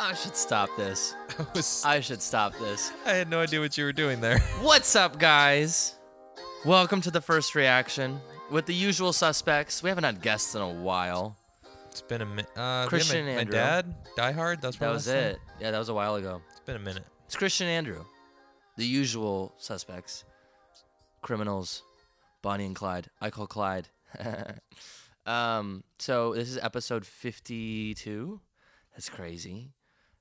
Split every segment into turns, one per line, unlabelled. I should stop this.
I, was,
I should stop this.
I had no idea what you were doing there.
What's up, guys? Welcome to the first reaction with the usual suspects. We haven't had guests in a while.
It's been a minute. Uh, we had
Christian
my, my
Andrew.
dad, Die Hard. That's
That
my
was
last name.
it. Yeah, that was a while ago.
It's been a minute.
It's Christian Andrew, the usual suspects, criminals, Bonnie and Clyde. I call Clyde. um, so this is episode fifty-two. That's crazy.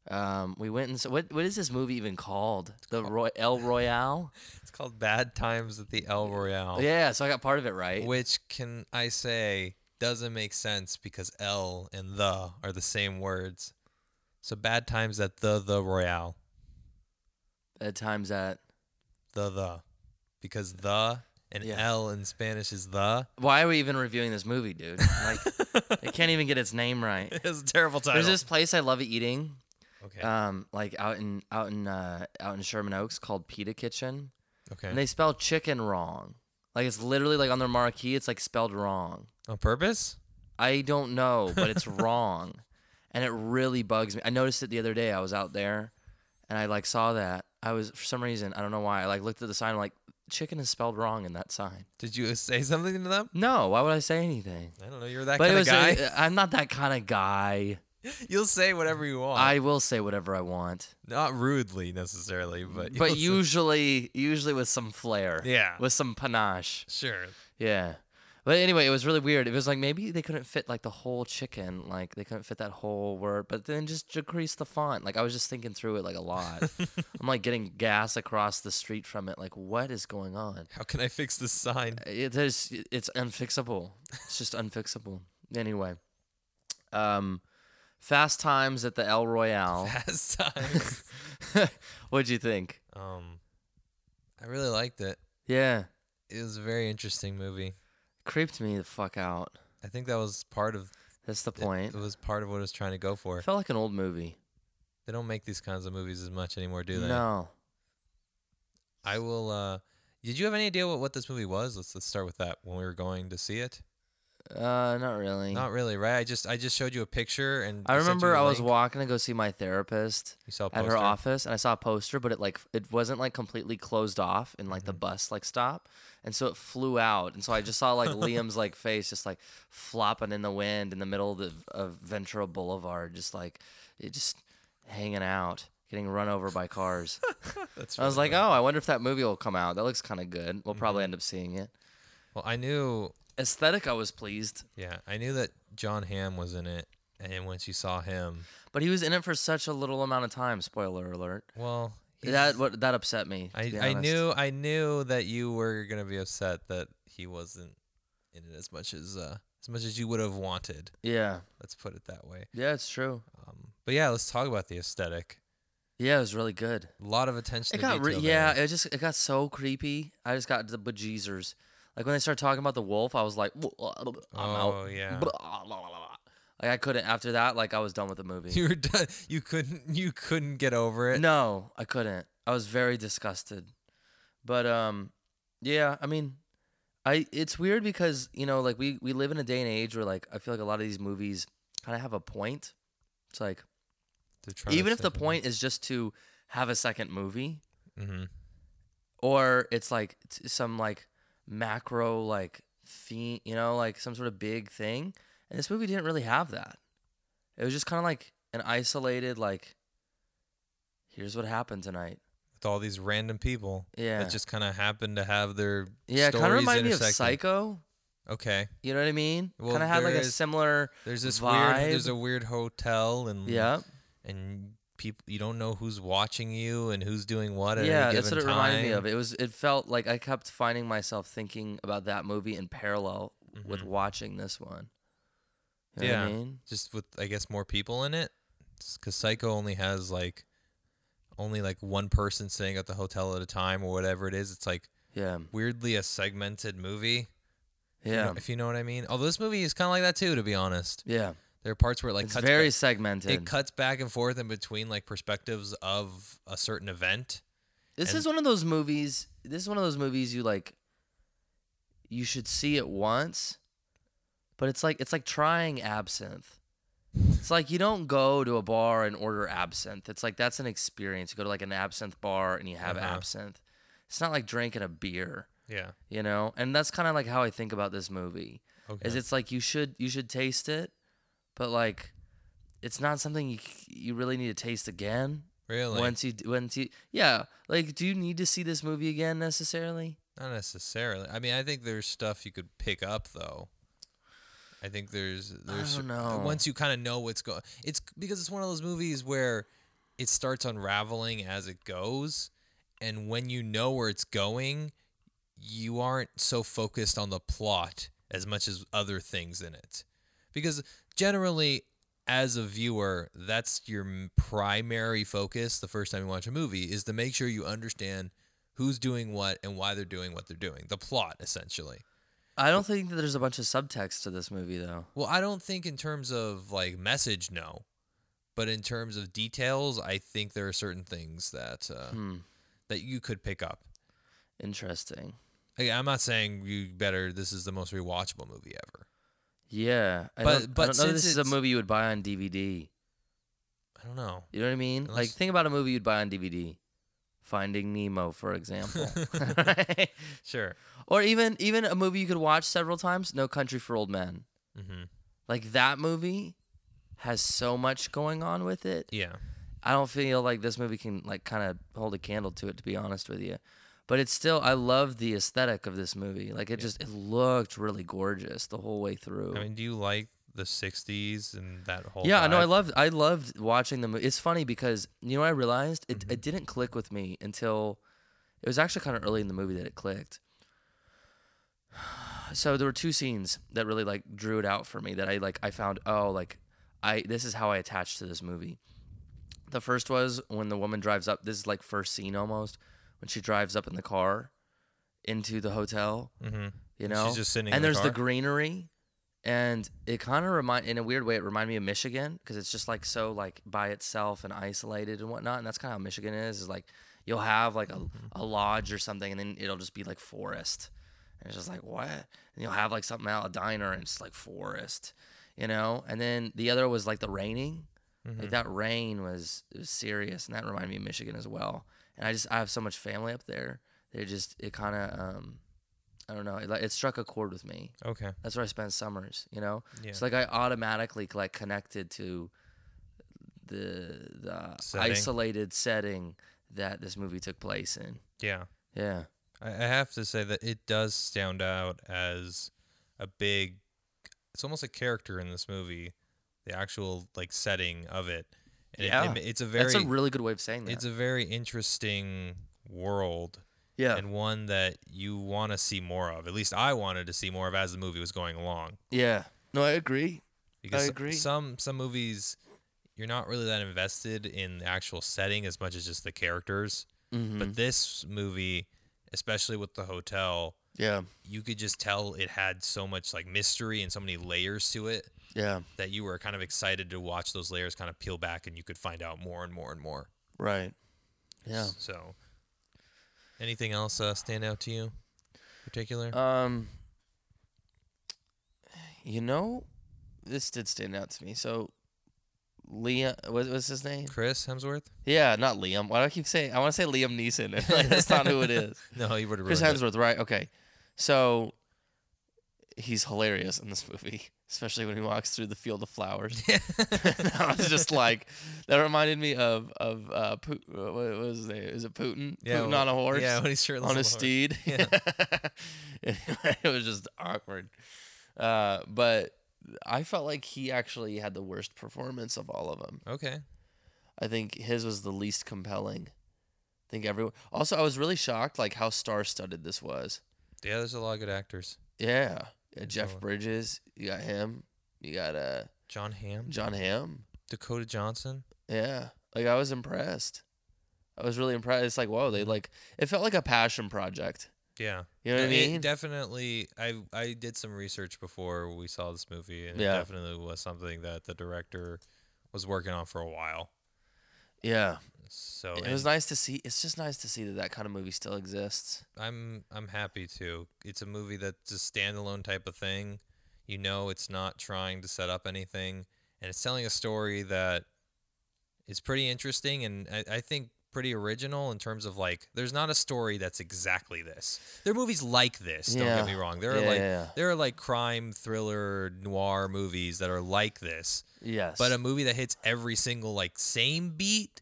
Um, we went and so what? What is this movie even called? The Roy- El Royale.
It's called Bad Times at the El Royale,
Yeah, so I got part of it right.
which can I say doesn't make sense because El and the are the same words. So Bad Times at the the Royale,
At times that.
the the, because the and
Yeah.
El in Spanish is the.
Why are we even reviewing this movie, dude? Like, it can't even get its name right.
It's a terrible title.
There's this place I love eating
okay.
um, like out in out in uh, out in Sherman Oaks called Pita Kitchen,
okay.
and they spell chicken wrong. Like it's literally like on their marquee, it's like spelled wrong.
On purpose?
I don't know, but it's wrong, and it really bugs me. I noticed it the other day. I was out there, and I like saw that. I was for some reason I don't know why. I like looked at the sign like chicken is spelled wrong in that sign.
Did you say something to them?
No, why would I say anything?
I don't know. You're that
But
kind
it was uh,
of guy.
i I'm not that kind of guy.
You'll say whatever you want.
I will say whatever I want,
Not rudely necessarily, but
but
you'll say-
usually usually with some flair.
yeah,
with some panache.
sure.
Yeah. But anyway, it was really weird. It was like maybe they couldn't fit like the whole chicken, like they couldn't fit that whole word, but then just decrease the font. Like I was just thinking through it like a lot. I'm like getting gas across the street from it. Like what is going on?
How can I fix this sign?
It is it's unfixable. It's just unfixable. Anyway. Um Fast Times at the El Royale.
Fast times.
What'd you think?
um, I really liked it.
Yeah.
It was a very interesting movie.
Creeped me the fuck out.
I think that was part of
That's the
it-
point.
It, was part of what it was trying to go for.
felt like an old movie.
They don't make these kinds of movies as much anymore, do they?
No.
I will. uh Did you have any idea what, what this movie was? Let's let's start with that when we were going to see it.
Uh, not really.
Not really, right? I just I just showed you a picture and
I
sent you
remember
a
I was
link.
walking to go see my therapist
You saw a
at her
poster?
office, and I saw a poster, but it like f- it wasn't like completely closed off in like the
Mm-hmm.
bus like stop, and so it flew out, and so I just saw like Liam's like face just like flopping in the wind in the middle of, the, of Ventura Boulevard, just like it just hanging out, getting run over by cars.
That's
I was
really
like,
funny.
oh, I wonder if that movie will come out. That looks kind of good. We'll probably
Mm-hmm.
end up seeing it.
Well, I knew.
Aesthetic, I was pleased,
Yeah, I knew that John Hamm was in it, and once you saw him,
but he was in it for such a little amount of time. Spoiler alert.
well, he's-
That what that upset me. to
I,
be
I
honest.
knew I knew that you were gonna be upset that he wasn't in it as much as uh, as much as you would have wanted.
Yeah,
Let's put it that way.
yeah, it's true.
Um, but yeah, let's talk about the aesthetic.
Yeah, it was really good.
A lot of attention.
It
to
got re-
detail
yeah,
there.
it just it got so creepy. I just got the bejeezers. Like when they started talking about the wolf, I was like, I'm
oh
out.
yeah.
Like I couldn't after that. Like I was done with the movie.
You were done. You couldn't. You couldn't get over it.
No, I couldn't. I was very disgusted. But um, yeah, I mean, I it's weird because you know like we we live in a day and age where like I feel like a lot of these movies kind of have a point. It's like
They're trying to
even if the
think of-
point is just to have a second movie
Mhm.
or it's like t- some like macro like theme you know like some sort of big thing and this movie didn't really have that it was just kind of like an isolated like here's what happened tonight
with all these random people
yeah
that just kind of happen to have their
yeah it kind of
stories
reminded me of
intersected.
psycho
Okay,
you know what i mean
Well,
kind of had like
there
a
is-
similar
there's this weird. There's
Vibe.
a weird hotel and
yeah
and people you don't know who's watching you and who's doing what at
yeah
any given
that's what it reminded me
time.
of it was it felt like i kept finding myself thinking about that movie in parallel with
Mhm.
watching this one You know what
Yeah.
I mean?
just with I guess more people in it because Psycho only has like only like one person staying at the hotel at a time or whatever it is. It's like
yeah
weirdly a segmented movie. if you know-
yeah
if you know what I mean. Although this movie is kind of like that too, to be honest.
yeah
There are parts where it, like
it's
cuts
very
back-
segmented
it cuts back and forth in between like perspectives of a certain event.
this
and-
is one of those movies this is one of those movies you like you should see it once but it's like it's like trying absinthe It's like you don't go to a bar and order absinthe. It's like that's an experience. You go to like an absinthe bar and you have
Uh-huh.
absinthe. It's not like drinking a beer,
Yeah.
you know? And that's kind of like how I think about this movie.
Okay.
Is it's like you should you should taste it, but like it's not something you c- you really need to taste again.
really?
Once you d- once you yeah, like do you need to see this movie again necessarily?
Not necessarily. I mean, I think there's stuff you could pick up though. I think there's there's
don't know.
once you kind of know what's going. It's because it's one of those movies where it starts unraveling as it goes, and when you know where it's going, you aren't so focused on the plot as much as other things in it. Because generally, as a viewer, that's your m- primary focus the first time you watch a movie is to make sure you understand who's doing what and why they're doing what they're doing. The plot, essentially.
I don't think that there's a bunch of subtext to this movie though.
Well, I don't think in terms of like message, no. But in terms of details, I think there are certain things that uh,
Hmm.
that you could pick up.
Interesting.
Like, I'm not saying you better. This is the most rewatchable movie ever.
Yeah, I
But-
don't,
but
I don't know
since
this is a
it's-
movie you would buy on DVD.
I don't know.
You know what I mean? Like
Unless-
think about a movie you'd buy on DVD, Finding Nemo, for example,
Sure.
or even even a movie you could watch several times. No Country for Old Men.
hmm
Like that movie has so much going on with it.
Yeah.
I don't feel like this movie can like kind of hold a candle to it, to be honest with you. But it's still, I love the aesthetic of this movie. Like it just, it looked really gorgeous the whole way through.
I mean, do you like the '60s and that whole?
Yeah, no, I
vibe?
loved I loved watching the movie. It's funny because you know what I realized it
Mm-hmm.
it didn't click with me until it was actually kind of early in the movie that it clicked. So there were two scenes that really like drew it out for me that I like I found oh like I this is how I attached to this movie. The first was when the woman drives up this is like first scene almost when she drives up in the car into the hotel,
Mhm.
you
And
know.
she's just sitting. in
And
the
there's the
car?
greenery, and it kind of remind in a weird way it reminded me of Michigan because it's just like so like by itself and isolated and whatnot. And that's kind of how Michigan is. Is like you'll have like a,
Mm-hmm.
a lodge or something, and then it'll just be like forest, and it's just like what? And you'll have like something out a diner, and it's like forest, you know. And then the other was like the raining.
Mm-hmm.
Like that rain was it was serious, and that reminded me of Michigan as well. And I just I have so much family up there. They just it kind of um, I don't know. It, like, it struck a chord with me.
Okay.
That's where I spend summers. You know,
Yeah.
it's like I automatically like connected to the the
Setting.
isolated setting that this movie took place in.
yeah.
Yeah,
I, I have to say that it does stand out as a big. It's almost a character in this movie, the actual like setting of it. And it-
Yeah.
it- it's a very.
that's a really good way of saying that.
it's a very interesting world
yeah,
and one that you want to see more of. At least I wanted to see more of as the movie was going along.
yeah. No, I agree.
Because s-
agree.
some some movies you're not really that invested in the actual setting as much as just the characters.
hmm
But this movie, especially with the hotel,
yeah,
you could just tell it had so much like mystery and so many layers to it
yeah.
that you were kind of excited to watch those layers kind of peel back and you could find out more and more and more.
Right. Yeah.
So, anything else uh, stand out to you, in particular?
Um, you know, this did stand out to me. So, Liam, what was his name?
Chris Hemsworth?
Yeah, not Liam. Why do I keep saying? I want to say Liam Neeson. and, like, that's not who it is.
No, you would have
Chris
ruined it.
Hemsworth, right? Okay, so he's hilarious in this movie, especially when he walks through the field of flowers. I was just like, that reminded me of of uh, Pu- what was his name? Is it Putin? Putin
well,
on a horse
Yeah, when he's shirtless
on a
horse.
steed.
Yeah.
it was just awkward. Uh, but I felt like he actually had the worst performance of all of them.
Okay.
I think his was the least compelling. I think everyone. Also, I was really shocked like how star-studded this was.
Yeah, there's a lot of good actors.
Yeah, You got Jeff
so-
Bridges. You got him. You got uh
John Hamm,
John Hamm.
Dakota Johnson.
Yeah, like I was impressed. I was really impressed. It's like whoa, they
Mm-hmm.
like it felt like a passion project.
Yeah.
You know what I
No, it
mean?
definitely. I I did some research before we saw this movie, and
Yeah.
it definitely was something that the director was working on for a while.
yeah.
So
it
and
was nice to see. It's just nice to see that that kind of movie still exists.
I'm I'm happy to. It's a movie that's a standalone type of thing. You know, it's not trying to set up anything, and it's telling a story that is pretty interesting and I, I think pretty original in terms of like there's not a story that's exactly this. There are movies like this,
Yeah.
don't get me wrong. There are
Yeah,
like
yeah, yeah.
there are like crime thriller noir movies that are like this.
Yes.
But a movie that hits every single like same beat,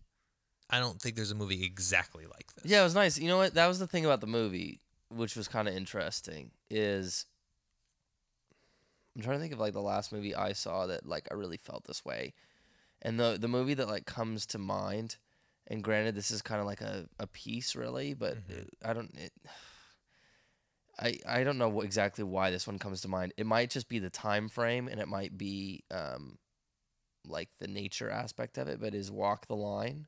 I don't think there's a movie exactly like this.
Yeah, it was nice. You know what? That was the thing about the movie, which was kind of interesting. Is I'm trying to think of like the last movie I saw that like I really felt this way, and the the movie that like comes to mind. And granted, this is kind of like a, a piece, really, but
Mhm.
I don't. It, I I don't know what, exactly why this one comes to mind. It might just be the time frame, and it might be um, like the nature aspect of it. But is Walk the Line?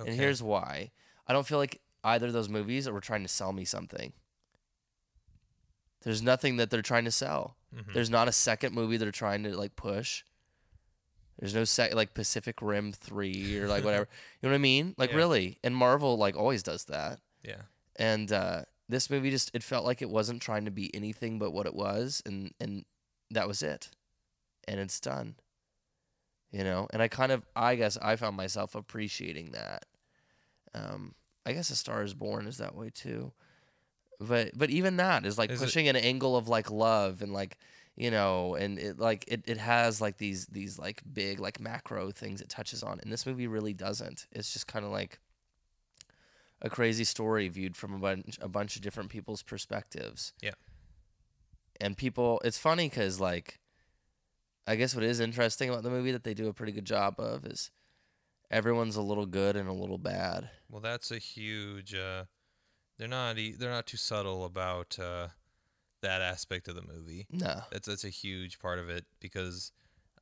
Okay.
And here's why. I don't feel like either of those movies are trying to sell me something. There's nothing that they're trying to sell.
Mhm.
There's not a second movie they're trying to like push. There's no sec like Pacific Rim 3 or like whatever. you know what I mean? Like
Yeah.
really. And Marvel like always does that.
yeah.
And uh this movie just it felt like it wasn't trying to be anything but what it was and and that was it. And it's done. You know, and I kind of I guess I found myself appreciating that. Um I guess A Star is Born is that way too. But but even that is like
Is it-
pushing an angle of like love and like you know and it like it, it has like these these like big like macro things it touches on and this movie really doesn't it's just kind of like a crazy story viewed from a bunch a bunch of different people's perspectives.
Yeah.
And people, it's funny because like, I guess what is interesting about the movie that they do a pretty good job of is everyone's a little good and a little bad.
Well, that's a huge. Uh, they're not. e- They're not too subtle about uh, that aspect of the movie.
No.
That's that's a huge part of it because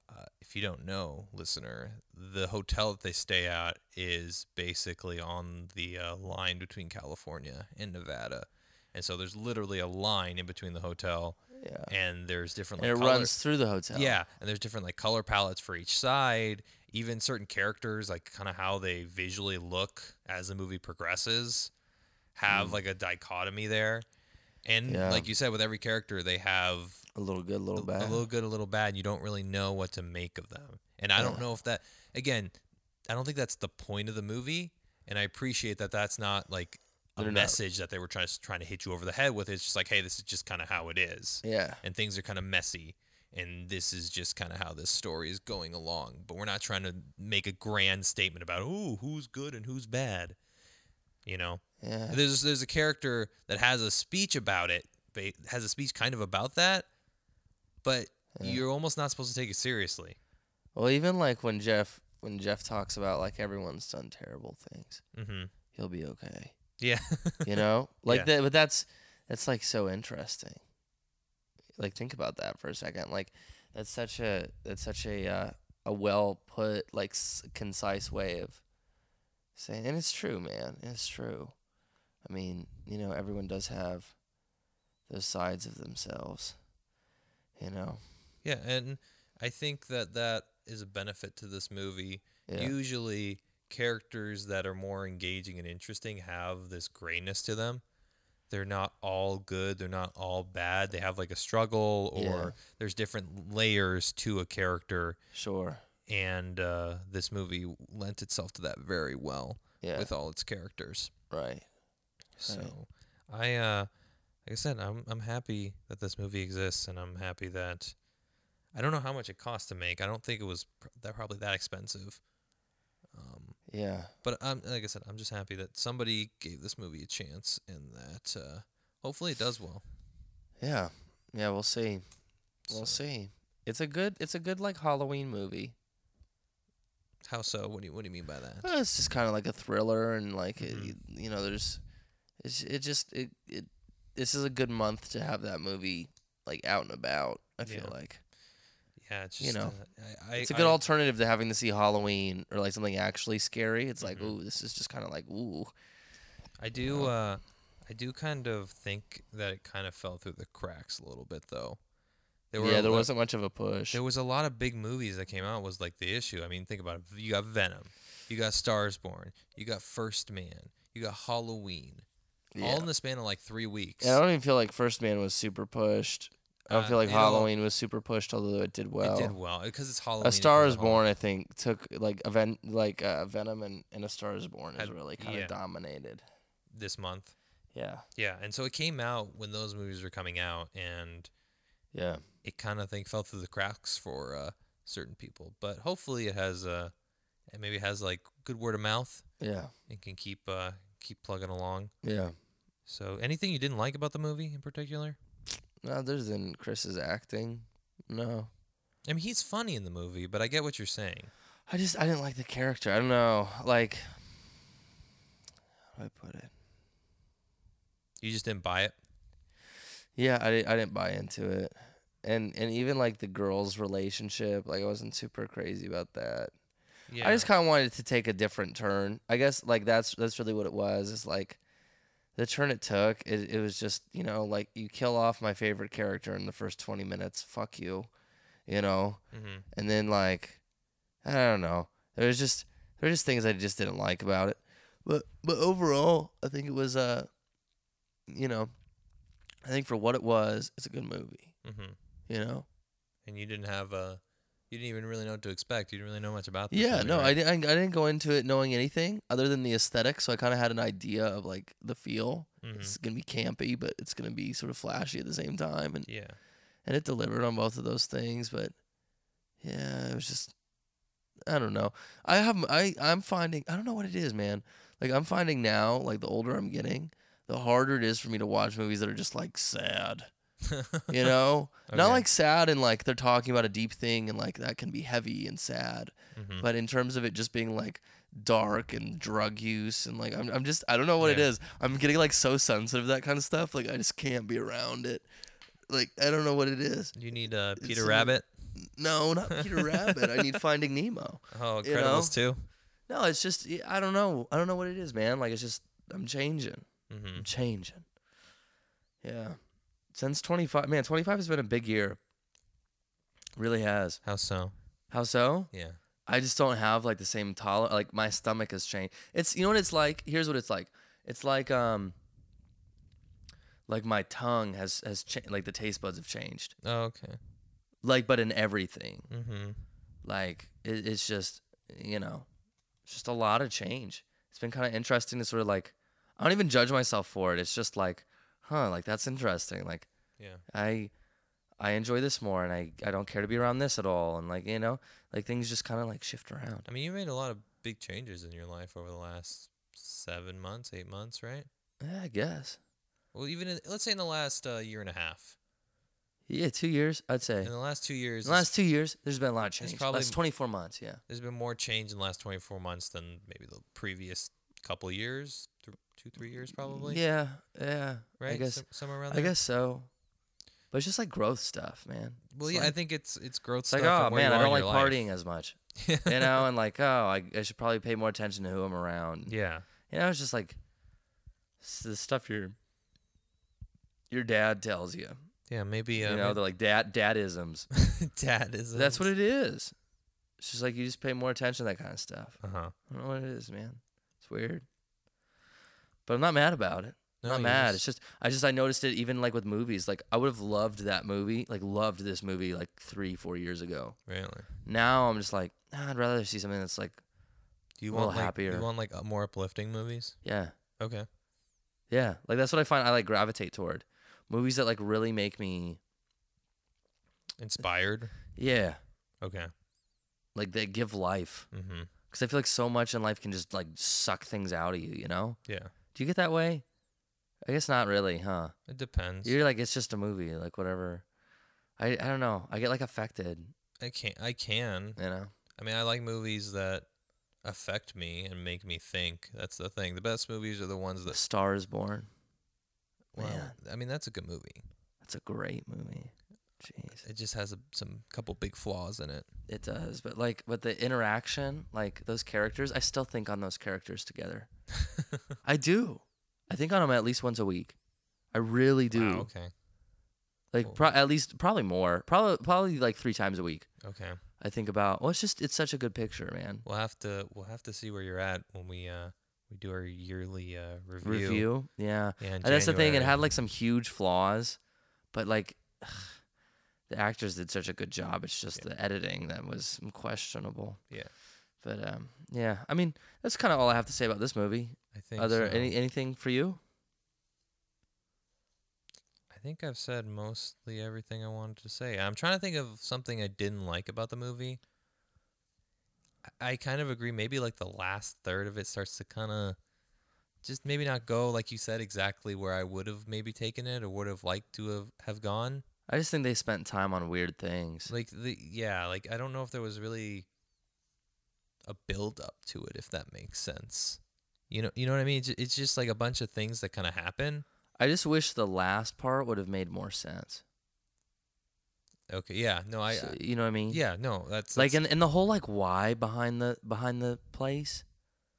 uh, if you don't know, listener, the hotel that they stay at is basically on the uh, line between California and Nevada, and so there's literally a line in between the hotel,
Yeah.
and there's different.
And
Like,
it
color-
runs through the hotel.
yeah, and there's different like color palettes for each side, even certain characters, like kind of how they visually look as the movie progresses, have like a dichotomy there. And
Hmm. Yeah.
like you said, with every character, they have
A little good,
a,
a little
a
bad.
little good, a little bad. and You don't really know what to make of them. And I don't
Yeah.
know if that, again, I don't think that's the point of the movie. And I appreciate that that's not like a
They're not-
message that they were trying to, trying to hit you over the head with. It's just like, hey, this is just kind of how it is
yeah.
and things are kind of messy and this is just kind of how this story is going along but we're not trying to make a grand statement about ooh who's good and who's bad you know
Yeah.
there's there's a character that has a speech about it ba- has a speech kind of about that but
Yeah.
you're almost not supposed to take it seriously
Well, even like when Jeff when Jeff talks about like everyone's done terrible things,
mm-hmm.
he'll be okay.
yeah
you know like
Yeah.
that but that's that's like so interesting like think about that for a second like that's such a that's such a uh, a well put like s- concise way of saying and it's true man it's true i mean you know everyone does have those sides of themselves you know
yeah and i think that that is a benefit to this movie
yeah
usually characters that are more engaging and interesting have this grayness to them. They're not all good, they're not all bad. They have like a struggle or
Yeah.
there's different layers to a character
sure
and uh, this movie lent itself to that very well
yeah
with all its characters.
right
So I uh like I said, I'm I'm happy that this movie exists and I'm happy that I don't know how much it cost to make. I don't think it was pr- that probably that expensive. Um
yeah
but um, like I said, I'm just happy that somebody gave this movie a chance and that uh, hopefully it does well.
yeah yeah we'll see we'll
So-
see it's a good it's a good like halloween movie
How so? What do you What do you mean by that?
Well, Uh, it's just kind of like a thriller, and like it-
Mhm.
you know, there's it's it just it, it this is a good month to have that movie like out and about. I feel
Yeah.
like
Yeah, it's
you
just
know,
uh, I, I,
it's a good
I-
alternative to having to see Halloween or like something actually scary. It's like,
Mhm.
ooh, this is just kind of like, ooh,
I do. Uh, I do kind of think that it kind of fell through the cracks a little bit though. were
yeah,
a
there
lo-
wasn't much of a push.
There was a lot of big movies that came out was like the issue. I mean, think about it. You got Venom, you got Stars Born, you got First Man, you got Halloween.
yeah.
All in the span of like three weeks.
And I don't even feel like First Man was super pushed. I don't
Uh,
feel like
it'll-
Halloween was super pushed, although it did well.
It did well because it's Halloween.
A
it's
Star
not
Is
Halloween.
Born, I think, took like event like uh, Venom and, and A Star Is Born is
Had-
really kind of
yeah.
dominated.
this month.
Yeah,
Yeah, and so it came out when those movies were coming out, and
yeah.
it kind of thing fell through the cracks for uh, certain people. But hopefully, it has uh, it maybe has like good word of mouth
Yeah,
and can keep uh, keep plugging along.
yeah.
So, anything you didn't like about the movie in particular?
Other than Chris's acting, no.
I mean, he's funny in the movie, but I get what you're saying.
I just I didn't like the character. I don't know. Like, how do I put it?
You just didn't buy it.
Yeah, I didn't, I didn't buy into it, and and even like the girls' relationship, like I wasn't super crazy about that.
Yeah,
I just kind of wanted it to take a different turn. I guess like that's that's really what it was. It's like the turn it took. It it was just you know like you kill off my favorite character in the first twenty minutes. Fuck you, you know.
hmm
And then like I don't know. There was just there were just things I just didn't like about it. But but overall, I think it was uh you know I think for what it was, it's a good movie.
hmm
You know.
and you didn't have uh, you didn't even really know what to expect. You didn't really know much about. This
Yeah,
movie,
no,
right?
I, di- I I didn't go into it knowing anything other than the aesthetic, so I kind of had an idea of like the feel.
Mhm.
It's gonna be campy, but it's gonna be sort of flashy at the same time, and
Yeah,
and it delivered on both of those things. But yeah, it was just I don't know. I have I I'm finding I don't know what it is, man. Like I'm finding now, like the older I'm getting, the harder it is for me to watch movies that are just like sad. You know, not
Okay.
like sad and like they're talking about a deep thing and like that can be heavy and sad
Mhm.
but in terms of it just being like dark and drug use and like I'm, I'm just I don't know what it
Yeah.
is. I'm getting like so sensitive to that kind of stuff. Like I just can't be around it. Like I don't know what it is.
You need uh,
It's
Peter
in-
Rabbit.
No, not Peter Rabbit. I need Finding Nemo.
Oh,
you know?
Incredibles too.
No, it's just yeah, I don't know. I don't know what it is, man. Like it's just I'm changing.
Mm-hmm.
I'm changing. Yeah. Since 25, man, 25 has been a big year. Really has.
How so?
How so?
Yeah.
I just don't have like the same toler Like my stomach has changed. It's you know what it's like. Here's what it's like. It's like um, like my tongue has has changed. Like the taste buds have changed.
Oh, okay.
Like, but in everything.
Mm-hmm.
Like it, it's just you know, it's just a lot of change. It's been kind of interesting to sort of like. I don't even judge myself for it. It's just like, huh, like that's interesting. Like
Yeah.
I I enjoy this more, and I I don't care to be around this at all. And like you know, like things just kind of like shift around.
I mean, you made a lot of big changes in your life over the last seven months, eight months, right?
Yeah, I guess.
Well, even in, let's say in the last uh, year and a half,
Yeah, two years, I'd say.
in the last two years,
In Eh. the last two years, there's been a lot of change.
probably
last 24 months, yeah.
there's been more change in the last 24 months than maybe the previous couple years, th- two, three years probably.
Yeah, yeah.
Right.
I guess.
Some- somewhere around.
I
there?
guess so. But it's just like growth stuff, man.
Well,
It's
yeah, I
like-
think it's it's growth
It's
stuff.
like, oh
and where you
man, I
are in
don't like
your life.
partying as much, you know, and like, oh, I, I should probably pay more attention to who I'm around.
yeah.
You know, it's just like it's the stuff your your dad tells you.
Yeah. Maybe. Uh,
you know, they're like dad dadisms.
dad is.
That's what it is. It's just like you just pay more attention to that kind of stuff.
Uh huh.
I don't know what it is, man. It's weird. But I'm not mad about it. I'm not mad. It's just I just I noticed it even like with movies. Like I would have loved that movie, like loved this movie like three, four years ago.
Really.
Now I'm just like, "Ah, I'd rather see something that's like,
Do you
a little
want like,
happier.
You want like uh, more uplifting movies?
yeah,
Okay.
yeah. Like that's what I find I like gravitate toward. Movies that like really make me
Inspired.
yeah,
Okay.
like they give life.
Mm-hmm.
Cause I feel like so much in life can just like suck things out of you, you know?
Yeah.
Do you get that way? I guess not really, huh?
It depends.
You're like it's just a movie, like whatever. I I don't know. I get like affected,
I can I can.
you know.
I mean, I like movies that affect me and make me think. That's the thing. The best movies are the ones
The
that.
Star is Born.
Wow.
Man.
I mean, that's a good movie.
That's a great movie. Jeez,
It just has a, some couple big flaws in it.
it does. But like, but the interaction, like those characters, I still think on those characters together. I do. I think on them at least once a week. I really do.
Wow, okay.
Like
Cool.
pro- at least probably more. Probably probably like three times a week.
Okay.
I think about. Well, it's just it's such a good picture, man.
We'll have to we'll have to see where you're at when we uh we do our yearly uh review.
Review. Yeah.
Yeah. in
And that's the thing. It
January.
had like some huge flaws, but like, the actors did such a good job. It's just the editing that was questionable.
Yeah.
But um, yeah, I mean, that's kind of all I have to say about this movie.
I think
Are there
so.
any anything for you?
I think I've said mostly everything I wanted to say. I'm trying to think of something I didn't like about the movie. I- I kind of agree. Maybe like the last third of it starts to kind of just maybe not go like you said exactly where I would have maybe taken it or would have liked to have have gone.
I just think they spent time on weird things.
Like the yeah, like I don't know if there was really a build up to it if that makes sense. You know, you know what I mean? It's ju- It's just like a bunch of things that kind of happen.
I just wish the last part would have made more sense.
Okay, yeah. No, I uh,
So- you know what I mean?
yeah, no, that's,
Like
that's
and, and the whole like why behind the behind the place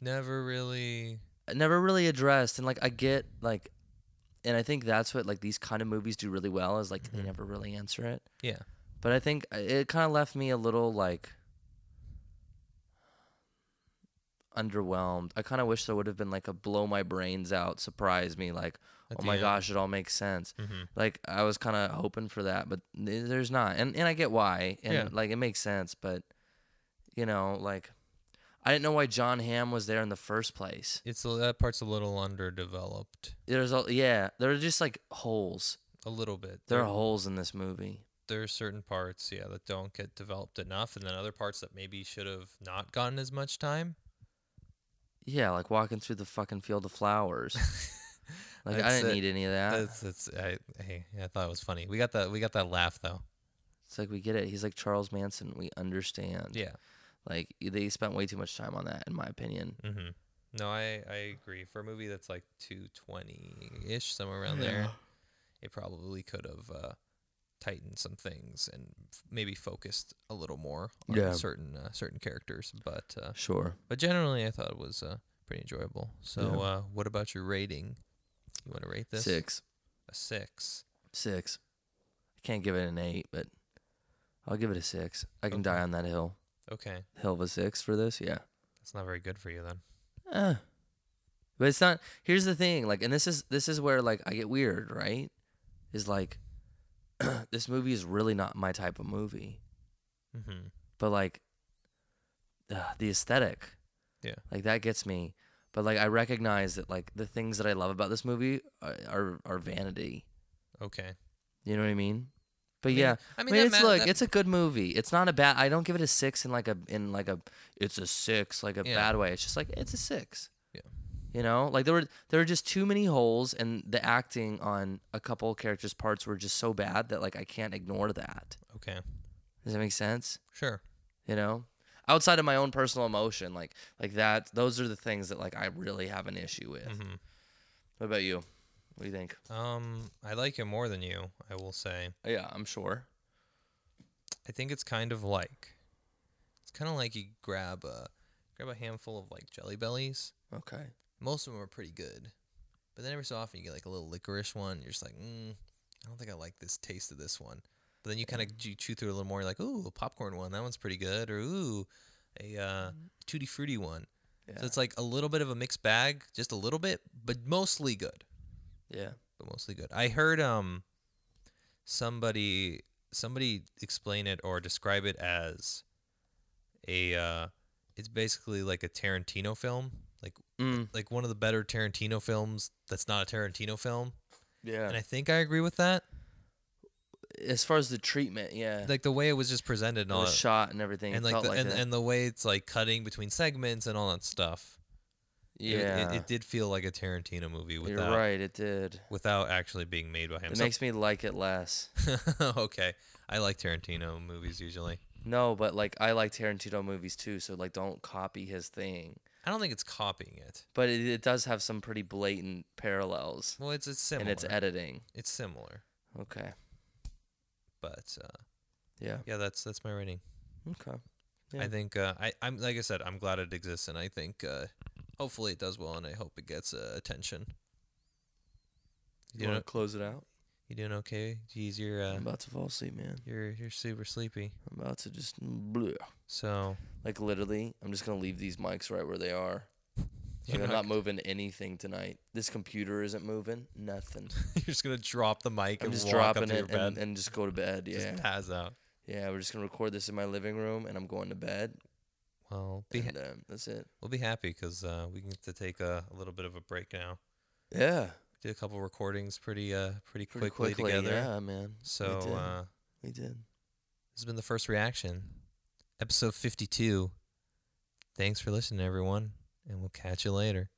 uh,
never really
never really addressed and like I get like and I think that's what like these kind of movies do really well is like they
Mhm.
never really answer it.
Yeah.
But I think uh, it kind of left me a little like underwhelmed. I kind of wish there would have been like a blow my brains out surprise me like
at
oh
the
my
end.
gosh it all makes sense.
Mhm.
like I was kind of hoping for that, but th- there's not, and and I get why, and
Yeah.
like it makes sense, but you know, like I didn't know why John Hamm was there in the first place.
It's a, that part's a little underdeveloped,
There's all yeah, there are just like holes.
a little bit.
There
there
are holes in this movie.
there are certain parts, yeah, that don't get developed enough, and then other parts that maybe should have not gotten as much time.
Yeah, like walking through the fucking field of flowers. Like I
That's
didn't
it.
need any of that.
That's that's I hey, I thought it was funny. We got that we got that laugh though.
It's like we get it. He's like Charles Manson. We understand.
Yeah.
Like they spent way too much time on that, in my opinion.
Mm-hmm. No, I I agree. For a movie that's like two twenty ish, somewhere around there, it probably could have uh, tightened some things and f- maybe focused a little more on
Yeah.
certain uh, certain characters. But uh,
Sure.
But generally, I thought it was uh, pretty enjoyable. So,
Yeah.
uh, what about your rating? You want to rate this?
Six.
A six.
Six. I can't give it an eight, but I'll give it a six. I can die
Okay.
on that hill.
Okay.
Hill of a six for this, yeah.
That's not very good for you then.
Eh. But it's not. Here's the thing, like, and this is this is where like I get weird, right? Is like, this movie is really not my type of movie,
Mm-hmm.
but like, ugh, the aesthetic,
Yeah.
like that gets me. But like, I recognize that like the things that I love about this movie are are, are vanity.
Okay.
You know what I mean? But
I mean-
yeah,
I
I
mean,
mean,
that
it's
ma-
look,
that-
it's a good movie. It's not a bad. I don't give it a six in like a in like a. It's a six like a
Yeah.
bad way. It's just like it's a six.
Yeah.
You know, like there were there were just too many holes, and the acting on a couple of characters' parts were just so bad that like I can't ignore that.
okay.
Does that make sense?
Sure.
You know, outside of my own personal emotion, like like that. Those are the things that like I really have an issue with.
Mm-hmm.
What about you? What do you think?
Um, I like it more than you. I will say.
Yeah, I'm sure.
I think it's kind of like. It's kind of like you grab a grab a handful of like Jelly Bellies.
Okay.
Most of them are pretty good, but then every so often you get like a little licorice one. You're just like, mm, I don't think I like this taste of this one. But then you kind of you chew through a little more. You're like, ooh, a popcorn one. That one's pretty good. Or ooh, a uh, tutti frutti one.
Yeah.
So it's like a little bit of a mixed bag, just a little bit, but mostly good.
yeah.
But mostly good. I heard um somebody somebody explain it or describe it as a uh, it's basically like a Tarantino film. Like
Mm,
like one of the better Tarantino films that's not a Tarantino film.
yeah.
And I think I agree with that.
as far as the treatment, yeah.
Like the way it was just presented and
It
all
was
that.
shot and everything.
and
it
like,
felt
the,
like
and,
that.
and the way it's like cutting between segments and all that stuff. It- it-
yeah,
It, did feel like a Tarantino movie
you're
without
right. It did.
without actually being made by him.
It
So-
makes me like it less.
okay. I like Tarantino movies usually.
No, but like I like Tarantino movies too, so like don't copy his thing.
I don't think it's copying it.
But it, it does have some pretty blatant parallels,
Well, it's it's similar.
and it's editing.
it's similar.
Okay.
But uh,
Yeah.
yeah, that's that's my rating.
Okay.
I
Yeah.
think uh, I, I'm like I said, I'm glad it exists, and I think uh, hopefully it does well, and I hope it gets uh, attention. You
You want
doing,
to close it out?
you doing okay? Geez, you're uh,
I'm about to fall asleep, man.
you're you're super sleepy.
I'm about to just bleh.
So
like literally. I'm just gonna leave these mics right where they are. Like,
You're
I'm
not-
not moving anything tonight. This computer isn't moving. Nothing.
You're just gonna drop the mic
I'm
and
just
walk up
dropping
to your
it
bed.
and, and just go to bed. Yeah.
Just pass out.
Yeah, we're just gonna record this in my living room, and I'm going to bed,
Well, be ha-
and um, that's it.
we'll be happy because uh, we can get to take a, a little bit of a break now.
Yeah,
Did a couple recordings pretty uh pretty,
pretty
quickly,
quickly.
together.
Yeah, man.
So
we did.
uh,
we did.
this has been the first reaction, episode 52. Thanks for listening, everyone, and we'll catch you later.